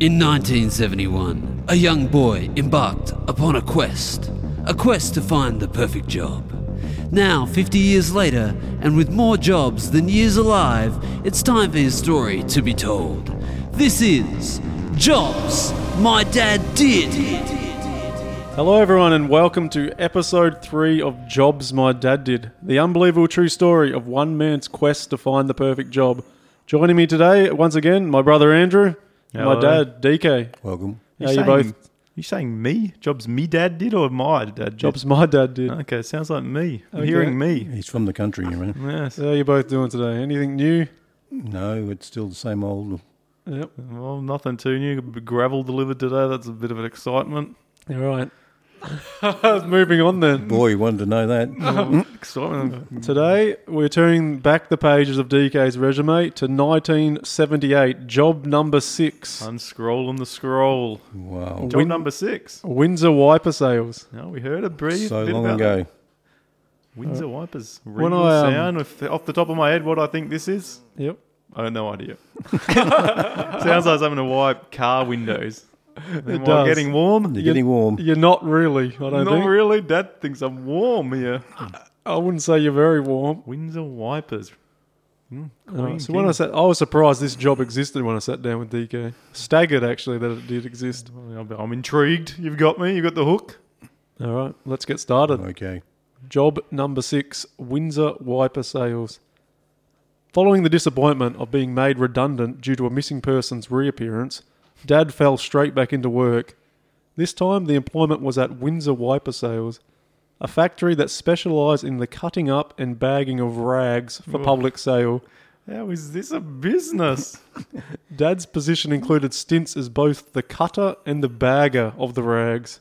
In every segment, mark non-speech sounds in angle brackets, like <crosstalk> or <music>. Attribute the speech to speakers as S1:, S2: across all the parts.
S1: In 1971, a young boy embarked upon a quest, a quest to find the perfect job. Now, 50 years later, and with more jobs than years alive, it's time for his story to be told. This is Jobs My Dad Did.
S2: Hello, everyone, and welcome to episode three of Jobs My Dad Did, the unbelievable true story of one man's quest to find the perfect job. Joining me today, once again, my brother Andrew, and my
S3: Hello.
S2: dad DK.
S4: Welcome.
S2: How you Oh, both?
S3: You saying me? Jobs me dad did or my dad did?
S2: Jobs Oh, my dad did.
S3: Okay, it sounds like me. I'm
S2: Okay.
S3: hearing me.
S4: He's from the country, you know.
S3: Yes.
S2: So how you both doing today? Anything new?
S4: No, it's still the same old.
S2: Yep.
S3: Well, nothing too new. Gravel delivered today. That's a bit of an excitement.
S2: All right. <laughs> Moving on then.
S4: Boy, you wanted to
S3: <laughs> Mm.
S4: know that.
S3: Excitement.
S2: Today, we're turning back the pages of DK's resume to 1978, job number six
S3: Unscrolling the scroll.
S4: Wow.
S3: Job
S2: Win-
S3: number six.
S2: Windsor wiper sales.
S3: No, we heard it breathe.
S4: So
S3: bit
S4: long
S3: about
S4: ago.
S3: Windsor wipers.
S2: When
S3: Regal
S2: I, um,
S3: sound. If- Off the top of my head, what I think this is?
S2: Yep.
S3: I have no idea. <laughs> sounds like something to wipe car windows. It
S2: does.
S3: getting warm.
S4: You're getting warm.
S2: You're not really, I don't
S3: Not
S2: think.
S3: really. Dad thinks I'm warm here.
S2: I wouldn't say you're very warm.
S3: Windsor wipers.
S2: Alright, so when I sat, I was surprised this job existed when I sat down with DK. Staggered actually that it did exist.
S3: I'm intrigued. You've got me. You've got the hook.
S2: All right, let's get started.
S4: Okay.
S2: Job number six Windsor wiper sales. Following the disappointment of being made redundant due to a missing person's reappearance, Dad fell straight back into work. This time, the employment was at Windsor Wiper Sales, a factory that specialised in the cutting up and bagging of rags for
S3: Whoa.
S2: public sale.
S3: How is this a business?
S2: Dad's position included stints as both the cutter and the bagger of the rags.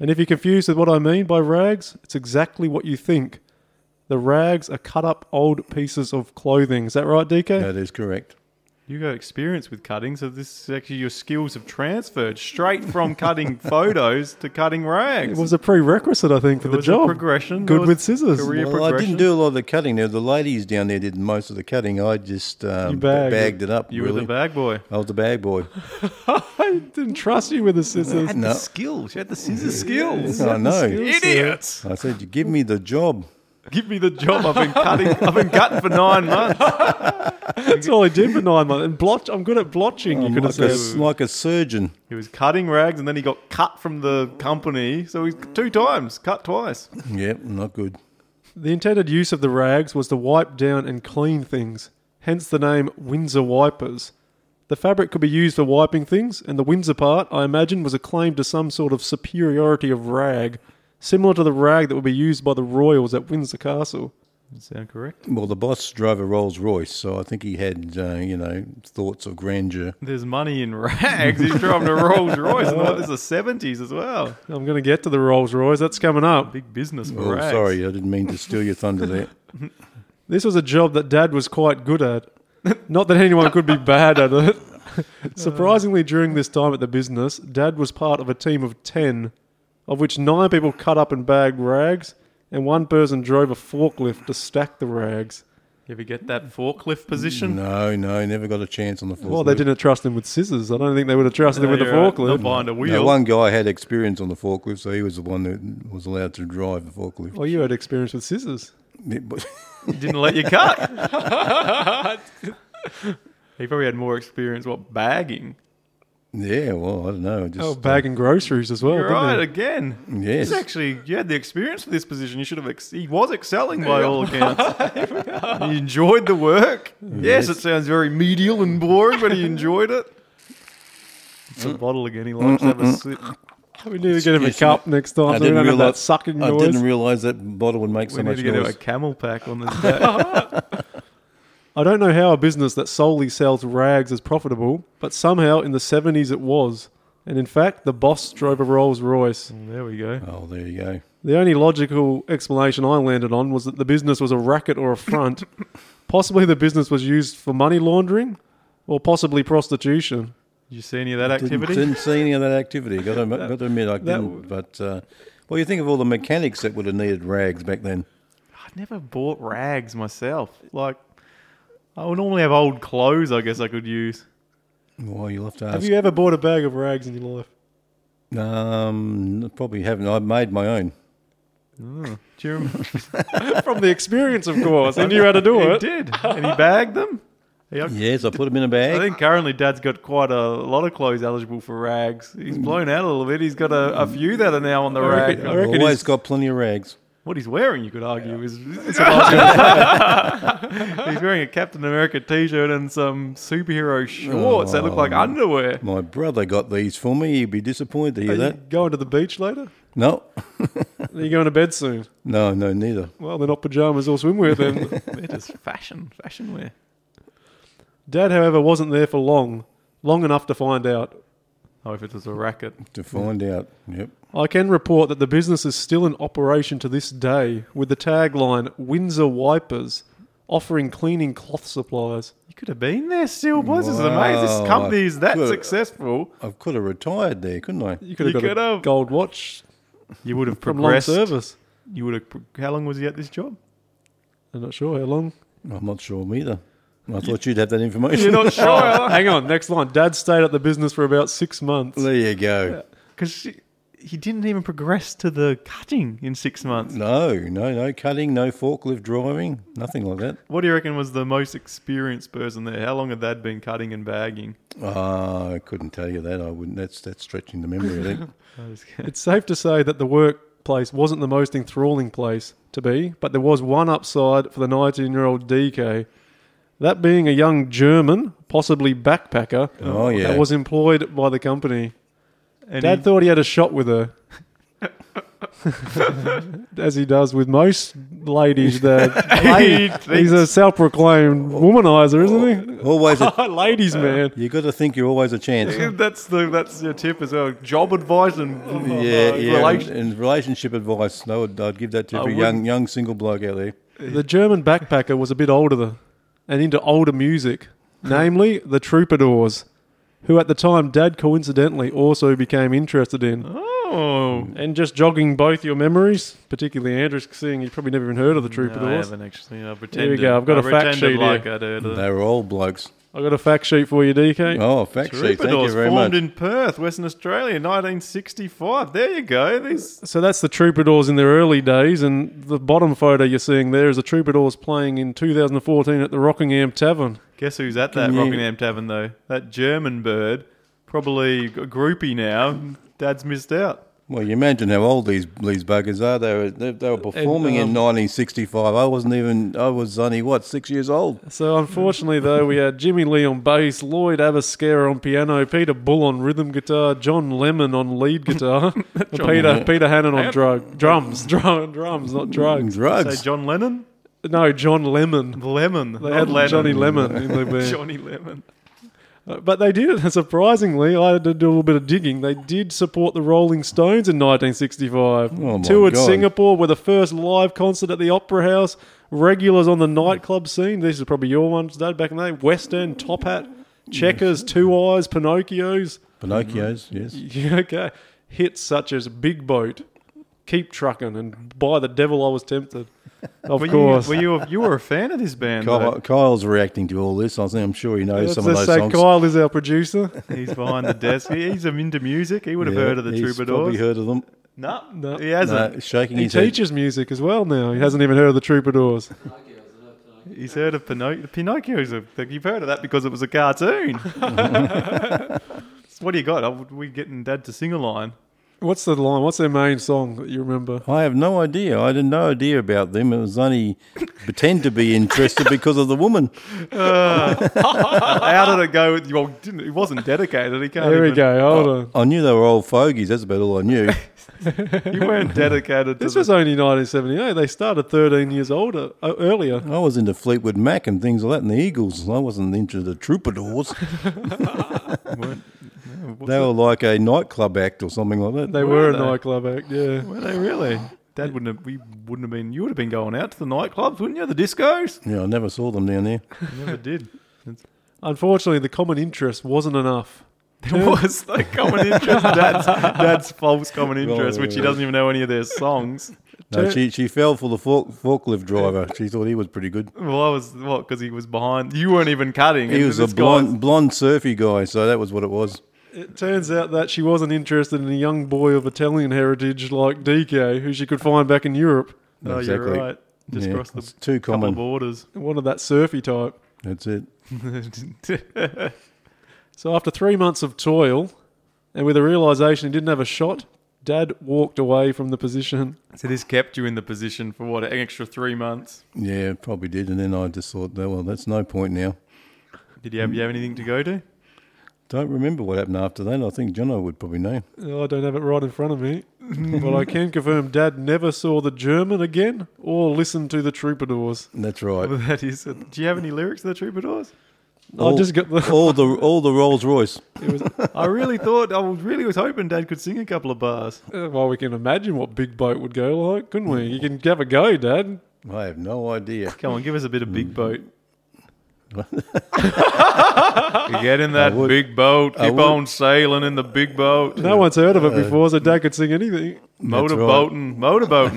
S2: And if you're confused with what I mean by rags, it's exactly what you think. The rags are cut up old pieces of clothing. Is that right, DK?
S4: That is correct.
S3: <laughs> you got experience with cutting, so this is actually your skills have transferred straight from <laughs> cutting photos to cutting rags.
S2: It was a prerequisite, I think, for
S3: It
S2: the
S3: was a
S2: job.
S3: progression. It
S2: Good
S3: was
S2: with scissors.
S3: career-
S4: Well, I didn't
S3: progression?
S4: do a lot of the cutting there. The ladies down there did most of the cutting. I just
S2: You
S4: um,
S2: bagged
S4: bagged,
S2: it.
S4: it up.
S3: you were
S4: really.
S3: the bag boy.
S4: I was the
S3: <laughs>
S4: bag boy.
S2: <laughs> I didn't trust you with the scissors.
S4: No.
S3: skills. You had the scissor skills.
S4: <laughs> I know.
S2: Skills.
S3: Idiots!
S4: I said, you give me the job.
S3: <laughs> Give me the job. I've been cutting. I've been cutting for nine months.
S2: That's all I did for nine months. And blotch, I'm good at blotching, you
S4: I'm
S2: could have
S4: like, a,
S2: said.
S4: like a surgeon.
S3: <laughs> He was cutting rags, and then he got cut from the company. So he's two times cut twice.
S4: Yep, not good.
S2: The intended use of the rags was to wipe down and clean things, hence the name Windsor wipers. The fabric could be used for wiping things, and the Windsor part, I imagine, was a claim to some sort of superiority of rag, similar to the rag that would be used by the royals at Windsor Castle.
S3: Sound correct?
S4: Well, the boss drove a Rolls Royce, so I think he had, uh, you know, thoughts of grandeur.
S3: There's money in rags. He's driving a Rolls Royce. and what, this is the 70s as well.
S2: I'm going to get to the Rolls Royce, that's coming up.
S3: Big business for
S4: Oh,
S3: rags.
S4: sorry, I didn't mean to steal your thunder
S3: <laughs>
S4: there.
S2: This was a job that Dad was quite good at. Not that anyone could be bad at
S3: <laughs>
S2: it. Surprisingly, during this time at the business, Dad was part of a team of 10, of which nine people cut up and bagged rags, and one person drove a forklift to stack the rags.
S3: You ever get that forklift position?
S4: No, no, never got a chance on the forklift.
S2: Well, they didn't trust him with scissors. I don't think they would have trusted him with a
S3: You're right, Not
S2: forklift.
S3: behind a
S4: No,
S3: wheel.
S4: one guy had experience on the forklift, so he was the one that was allowed to drive the forklift.
S2: Well, you had experience with scissors.
S3: He <laughs> didn't let you
S4: <laughs>
S3: cut. he probably had more experience, what, bagging?
S4: yeah, well, I don't know. Just,
S2: Oh, bagging groceries as well.
S3: You're
S2: didn't
S3: right,
S2: he?
S3: again.
S4: Oh, Yes.
S3: He's actually, you had the experience for this position. You should have, ex- he was excelling by
S4: <laughs>
S3: all accounts. he enjoyed the work. Yes, it sounds very medial and boring, but he enjoyed it. It's
S4: Mm.
S3: a bottle again. He likes to have a sip.
S2: We need to get him a
S4: Excuse
S2: cup next time so we don't have that
S4: realise-
S2: sucking
S4: I
S2: noise.
S4: didn't realise that bottle would make
S3: We
S4: so
S3: need
S4: much
S3: to get a
S4: noise.
S3: camel pack on
S4: <laughs>
S3: this day.
S2: I don't know how a business that solely sells rags is profitable, but somehow in the 70s it was. And in fact, the boss drove a Rolls Royce.
S3: there we go.
S4: Oh, there you go.
S2: The only logical explanation I landed on was that the business was a racket or a front. possibly the business was used for money laundering or possibly prostitution.
S3: Did you see any of that
S4: Didn't,
S3: activity?
S4: didn't see any of that activity. Got
S2: <laughs>
S4: to, got to admit, I didn't. But uh, well, you think of all the mechanics that would have needed rags back then.
S3: I never bought rags myself. Like, I would normally have old clothes. I guess I could use.
S4: Well, you'll have to
S2: Have
S4: ask.
S2: you ever bought a bag of rags in your life?
S4: Um, probably haven't. I made my own.
S3: Do you
S4: <laughs>
S3: remember?
S2: From the experience, of course. I knew how to do
S3: he
S2: it.
S3: did. And he bagged them. Yeah.
S4: Yes, I put them in a
S3: I
S4: bag. <laughs>
S3: think currently Dad's got quite a lot of clothes eligible for rags. He's blown out a little bit. He's got a, a few that are now on the
S2: reckon-
S3: rag.
S2: I
S4: I've
S2: reckon
S4: always
S2: he's,
S4: got plenty of rags.
S3: What he's wearing, you could argue, is
S4: <laughs>
S3: <laughs> he's wearing a Captain America T-shirt and some superhero shorts that look like
S4: Oh.
S3: underwear.
S4: My brother got these for me. He'd be disappointed to
S2: are
S4: hear
S3: Oh,
S2: you
S4: that.
S2: going to the beach later?
S4: No,
S2: Are you going to bed soon?
S4: no, no, neither.
S2: Well, they're not pajamas or swimwear then.
S3: <laughs> They're just fashion, fashion wear.
S2: Dad, however, wasn't there for long. Long enough to find out.
S3: Oh, if it was a racket.
S4: To find out. Yep.
S2: I can report that the business is still in operation to this day with the tagline Windsor Wipers, offering cleaning cloth supplies.
S3: You could have been there still, boys. This is amazing. This
S4: Wow.
S3: company is that
S4: Good.
S3: successful.
S4: I could have retired there, couldn't I?
S2: You could have
S3: You
S2: got
S3: could
S2: a
S3: have.
S2: gold watch
S3: You would have
S2: from long
S3: progressed.
S2: service.
S3: You would have. pro- How long was he at
S2: <laughs>
S3: this job?
S2: I'm not sure how long. <laughs>
S4: I'm not sure either. I thought you'd have that information.
S3: You're not sure. <laughs>
S2: Hang on, next line. Dad stayed at the business for about six months.
S4: <laughs> there you go.
S3: Because he didn't even progress to the cutting in six months.
S4: No, no, no cutting, no forklift driving, nothing like that.
S3: What do you reckon was the most experienced person there? How long had that been cutting and bagging? <laughs>
S4: Ah, I couldn't tell you that. I wouldn't. That's that's stretching the memory.
S3: <laughs>
S4: I think.
S3: I was kidding.
S2: It's safe to say that the workplace wasn't the most enthralling place to be, but there was one upside for the 19 year old DK. That being a young German, possibly backpacker,
S4: Oh, yeah.
S2: that was employed by the company.
S3: And
S2: Dad
S3: he-
S2: thought he had a shot with her. As he does with most ladies,
S3: <laughs>
S2: that
S3: <laughs> He
S2: he's
S3: thinks-
S2: a self-proclaimed womanizer,
S3: <laughs>
S2: isn't
S4: Always, a,
S2: he? Uh, ladies, man.
S4: you got to think you're always a chance.
S3: that's the that's your tip as well. Job advice and
S4: Yeah, yeah.
S3: relation-
S4: and, and relationship advice. No, I'd, I'd give that to
S3: I
S4: every young young single bloke out there.
S2: The German backpacker was a bit older than, and into older
S3: <laughs>
S2: music, namely the Troubadours, who at the time Dad coincidentally also became interested in.
S3: Oh,
S2: And just jogging both your memories, particularly Andrew's, seeing you probably never even heard of the
S3: No, I
S2: Troubadours.
S3: haven't actually. I
S2: There
S3: pretended.
S2: we go, I've got
S3: I
S2: a fact
S3: pretended
S2: sheet
S3: like
S2: here.
S3: I'd heard of
S4: They were old blokes.
S2: I got a fact sheet for you, DK.
S4: Oh, fact sheet. Thank you
S3: Troubadours
S4: very
S3: formed
S4: much.
S3: in Perth, Western Australia, 1965. There you go. These
S2: So that's the Troubadours in their early days, and the bottom photo you're seeing there is the Troubadours playing in 2014 at the Rockingham Tavern.
S3: guess who's at that
S4: Can you-
S3: Rockingham Tavern though? That German bird, probably a groupie now. Dad's missed out.
S4: Well, you imagine how old these these buggers are. They were they, they were performing
S2: um,
S4: in 1965. I wasn't even. I was only what six years old.
S2: So unfortunately, though, we had Jimmy Lee on bass, Lloyd Abascara on piano, Peter Bull on rhythm guitar, John Lemon on lead
S3: <laughs>
S2: guitar, and Peter Peter Hannon on drug drums, <laughs> drum, drums, not drugs.
S3: Say
S4: Drugs.
S3: John Lennon,
S2: No, John Lemon.
S3: Lemon,
S2: They
S3: Mm-hmm. not
S2: had
S3: Lennon.
S2: Johnny Lemon in the
S3: <laughs>
S2: band.
S3: Johnny Lemon.
S2: Uh, But they did, <laughs> surprisingly, I had to do a little bit of digging. They did support the Rolling Stones in 1965.
S4: Oh my
S2: Toured
S4: God.
S2: Singapore with a first live concert at the Opera House. Regulars on the nightclub scene. These are probably your ones, Dad, back in the day. West End, Top Hat, Checkers, Two Eyes, Pinocchios. <laughs>
S4: Pinocchios. Yes.
S2: Yeah, okay. Hits such as Big Boat, Keep Truckin', and By the Devil I Was
S4: <laughs>
S2: Tempted. Of
S3: Were
S2: course.
S3: you, were you, you were a fan of this band?
S4: Kyle,
S3: though.
S4: Kyle's reacting to all this. I think I'm sure he knows
S2: Let's
S4: some of
S2: just
S4: those
S2: say
S4: songs.
S2: Kyle is our
S4: <laughs>
S2: producer.
S3: He's behind the desk. He- He's into music. He would have
S4: Yeah,
S3: heard of the
S4: he's Probably
S3: Troubadours.
S4: heard of them.
S3: No,
S2: No.
S3: he hasn't.
S4: No, shaking
S2: He
S4: his head.
S2: teaches music as well now. He hasn't even heard of the Troubadours.
S3: He's heard of Pinoc- Pinocchio's. A, you've heard of that because it was a <laughs> cartoon. So what do you got? Are we getting Dad to sing a <laughs> line?
S2: What's the line? What's their main song that you remember?
S4: I have no idea. I had no idea about them. It was only pretend to be interested because of the woman.
S3: How did it go? With, well, didn't, he wasn't dedicated. He can't.
S2: There we
S3: even-
S2: go. Hold on.
S4: I knew they were old fogies. That's about all I knew.
S2: <laughs>
S3: You weren't dedicated. To
S2: This
S3: the-
S2: was only 1978. They started 13 years older uh, earlier.
S4: I was into Fleetwood Mac and things like that, and the Eagles. I wasn't into
S2: <laughs>
S4: the Troubadours. they were like a nightclub act or something like that.
S2: They were,
S3: they?
S2: a nightclub act. Yeah.
S3: Were they really? Dad wouldn't have. We wouldn't have been. You would have been going out to the nightclubs, wouldn't you? The discos.
S4: Yeah, I never saw them down there.
S3: You never did. It's-
S2: Unfortunately, the common interest wasn't enough.
S3: <laughs> There was the common interest. Dad's, Dad's false common interest,
S4: Right,
S3: which he
S4: right, right.
S3: doesn't even know any of their songs.
S4: No,
S2: Ter-
S4: she, she fell for the fork, forklift driver. She thought he was pretty good.
S3: Well, I was what because he was behind. You weren't even cutting.
S4: He
S3: and
S4: was a
S3: this guy-
S4: blonde, blonde surfy guy, so that was what it was.
S2: It turns out that she wasn't interested in a young boy of Italian heritage like DK, who she could find back in Europe.
S3: No,
S4: Exactly.
S3: you're right. Just
S4: Yeah,
S3: crossed
S4: it's
S3: the
S4: too
S3: couple
S4: common.
S3: of borders. <laughs>
S2: One of that surfy type.
S4: That's it.
S2: So after three months of toil, and with a realization he didn't have a shot, Dad walked away from the position.
S3: so this kept you in the position for what an extra three months.
S4: Yeah, probably did. And then I just thought, "No, well, that's no point now.
S3: Did you have you have anything to go to? <laughs>
S4: Don't remember what happened after that. I think Jono would probably know.
S2: Oh, I don't have it right in front of me, but I can confirm Dad never saw the German again or listened to the Troubadours.
S4: That's right.
S3: Well, that is. uh, do you have any lyrics to the Troubadours?
S2: I just got the.
S4: <laughs> all the all the Rolls Royce.
S2: It was,
S3: I
S4: <laughs>
S3: really thought I was- really was hoping Dad could sing a couple of bars.
S2: Uh, Well, we can imagine what Big Boat would go like, couldn't we? You can have a go, Dad.
S4: I have no idea.
S3: Come on, give us a bit of
S4: Mm.
S3: Big
S4: <laughs>
S3: Boat. Get in that
S4: would-
S3: big boat.
S4: I
S3: Keep
S4: would-
S3: on sailing in the big boat.
S2: No one's heard of it before, so Dad could sing anything.
S3: Motorboating.
S4: <laughs>
S3: Motorboating.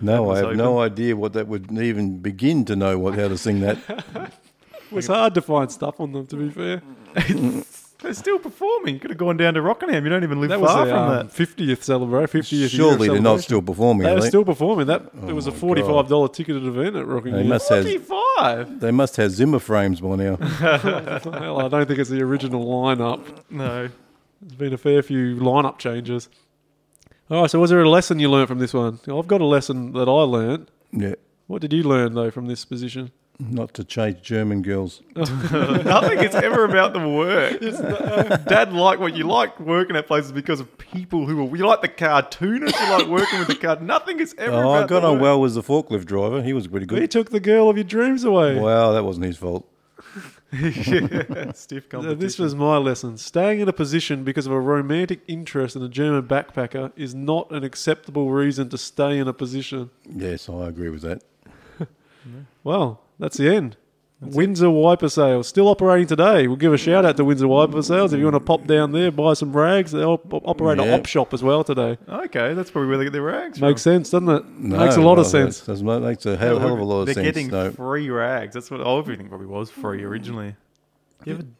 S4: No, I
S3: was
S4: have
S3: open.
S4: no idea what that would even begin to know what how to
S3: <laughs>
S4: sing that.
S2: It was hard to find stuff on them, to be fair.
S3: <laughs> They're still performing. You could have gone down to Rockingham. You don't even live
S2: That was
S3: far
S2: the
S3: from
S2: um, 50th celebration. 50th
S4: Surely
S2: year
S4: they're
S2: of
S4: not
S2: celebration.
S4: still performing.
S2: They
S4: Are
S2: were
S4: they?
S2: still performing. That it was a
S4: my
S2: forty-five dollar ticketed event at Rockingham.
S4: They must
S3: that.
S4: have
S3: 45.
S4: they must have Zimmer frames by now.
S3: <laughs>
S2: Well, I don't think it's the original lineup.
S3: No. <laughs>
S2: There's been a fair few lineup changes. All right. So, was there a lesson you learned from this one? I've got a lesson that I learned.
S4: yeah,
S2: What did you learn though from this position?
S4: not to chase German girls.
S3: Nothing is ever about the
S4: <laughs>
S3: work.
S4: uh,
S3: Dad liked what you like working at places because of people who are. You like the cartoonists. You like working with the card. Nothing is ever
S4: Oh,
S3: about
S4: I got
S3: the
S4: on
S3: work.
S4: well with the forklift driver. He was pretty
S2: We
S4: good.
S2: took the girl of your dreams away. Uh,
S4: Wow, that wasn't his fault.
S3: <laughs> yeah, stiff
S2: Uh,
S3: competition.
S2: This was my lesson. Staying in a position because of a romantic interest in a German backpacker is not an acceptable reason to stay in a position.
S4: Yes, I agree with that.
S2: Well, that's the end. Windsor Wiper Sales, still operating today. We'll give a shout out to Windsor Wiper Sales. If you want to pop down there, buy some rags. They op- op- operate a
S4: Yeah.
S2: op shop as well today.
S3: okay, that's probably where they get their rags.
S2: Makes sense, doesn't it?
S4: No,
S2: Makes a lot
S4: well,
S2: of sense.
S4: that's- That makes a hell,
S3: from.
S4: hell of a lot of
S3: They're
S4: sense.
S3: getting
S4: no,
S3: free rags. That's what oh, everything probably was free originally.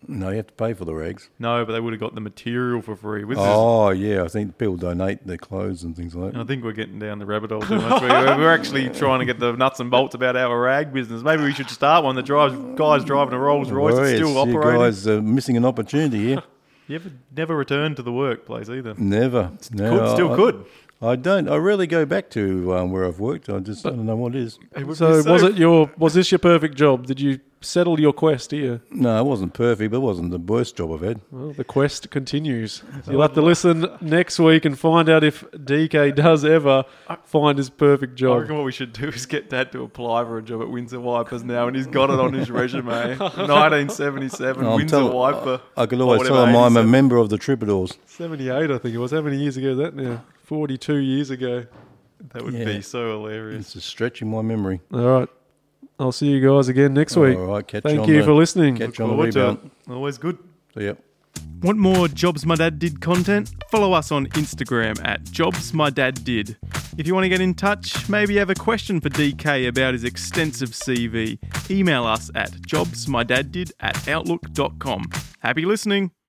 S4: no, you have to pay for the rags.
S3: No, but they would have got the material for free. With
S4: Oh yeah, I think people donate their clothes and things like
S3: I
S4: that.
S3: think we're getting down the rabbit hole too
S4: <laughs>
S3: much. We- We're actually trying to get the nuts and bolts about our rag business. Maybe we should start one that drives guys driving a Rolls Royce that's
S4: Warriors,
S3: still
S4: you
S3: operating.
S4: guys are missing an opportunity here.
S3: <laughs> You ever, never returned to the workplace either.
S4: Never. No,
S3: Could, still
S4: I,
S3: could.
S4: I don't. I rarely go back to um, where I've worked. I just I don't know what it is.
S2: So, was it your? Was this your perfect job? Did you settle your quest here?
S4: No, it wasn't perfect, but it wasn't the worst job I've had.
S3: Mm.
S2: Well, the quest continues. You'll have to listen next week and find out if DK does ever find his perfect
S3: I
S2: job.
S3: reckon what we should do is get Dad to apply for a job at Windsor Wipers now, and he's got it on his resume.
S4: <laughs>
S3: 1977
S4: Oh, I'm
S3: Windsor
S4: telling-
S3: Wiper.
S4: I could
S3: Or
S4: always
S3: whatever,
S4: tell them I'm a
S3: 87.
S4: member of the Troubadours.
S2: 78, I think it was. How many years ago is that now? 42 years ago.
S3: That would
S4: Yeah.
S3: be so hilarious.
S4: It's just stretching my memory.
S2: All right. I'll see you guys again next week.
S4: All right, catch you
S2: Thank
S4: on
S2: you
S4: the-
S2: for listening.
S4: Catch you on the
S3: Forward to
S4: rebound.
S3: it. Always good.
S4: Yep.
S5: Want more Jobs My Dad Did content? Follow us on Instagram at Jobs My Dad Did. If you want to get in touch, maybe you have a question for DK about his extensive CV, email us at jobsmydaddid at outlook.com. Happy listening!